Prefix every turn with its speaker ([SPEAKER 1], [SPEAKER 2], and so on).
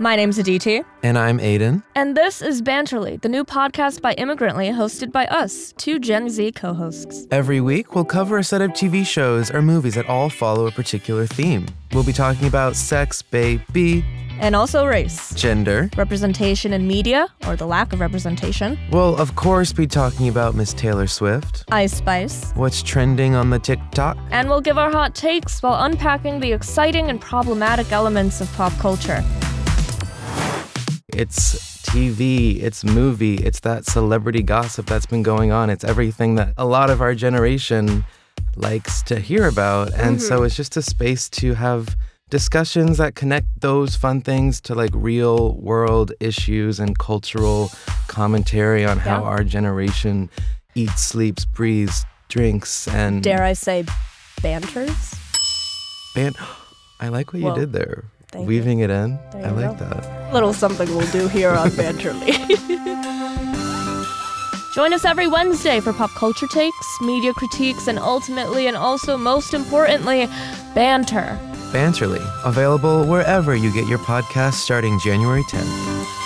[SPEAKER 1] My name's Aditi,
[SPEAKER 2] And I'm Aiden.
[SPEAKER 1] and this is Banterly, the new podcast by Immigrantly, hosted by us, two Gen Z co hosts.
[SPEAKER 2] Every week, we'll cover a set of TV shows or movies that all follow a particular theme. We'll be talking about sex, baby,
[SPEAKER 1] And also race,
[SPEAKER 2] gender.
[SPEAKER 1] representation in media, or the lack of representation,
[SPEAKER 2] We'll, of course, be talking about Miss Taylor Swift,
[SPEAKER 1] Ice Spice.
[SPEAKER 2] what's trending on the TikTok,
[SPEAKER 1] And we'll give our hot takes while unpacking the exciting and problematic elements of pop culture.
[SPEAKER 2] It's TV, it's movie, it's that celebrity gossip that's been going on. It's everything that a lot of our generation likes to hear about.
[SPEAKER 3] Mm-hmm.
[SPEAKER 2] And so it's just a space to have discussions that connect those fun things to like real world issues and cultural commentary on how
[SPEAKER 1] Yeah.
[SPEAKER 2] our generation eats, sleeps, breathes, drinks, and
[SPEAKER 3] dare I say, banters?
[SPEAKER 2] ban- I like what
[SPEAKER 3] Well,
[SPEAKER 2] you did there.
[SPEAKER 3] thank you.
[SPEAKER 2] Weaving it in.
[SPEAKER 3] There
[SPEAKER 2] I
[SPEAKER 3] you
[SPEAKER 2] like
[SPEAKER 3] go.
[SPEAKER 2] that.
[SPEAKER 3] Little something we'll do here on Banterly.
[SPEAKER 1] Join us every Wednesday for pop culture takes, media critiques, and ultimately, and also most importantly, banter.
[SPEAKER 2] Banterly, available wherever you get your podcast starting January 10th.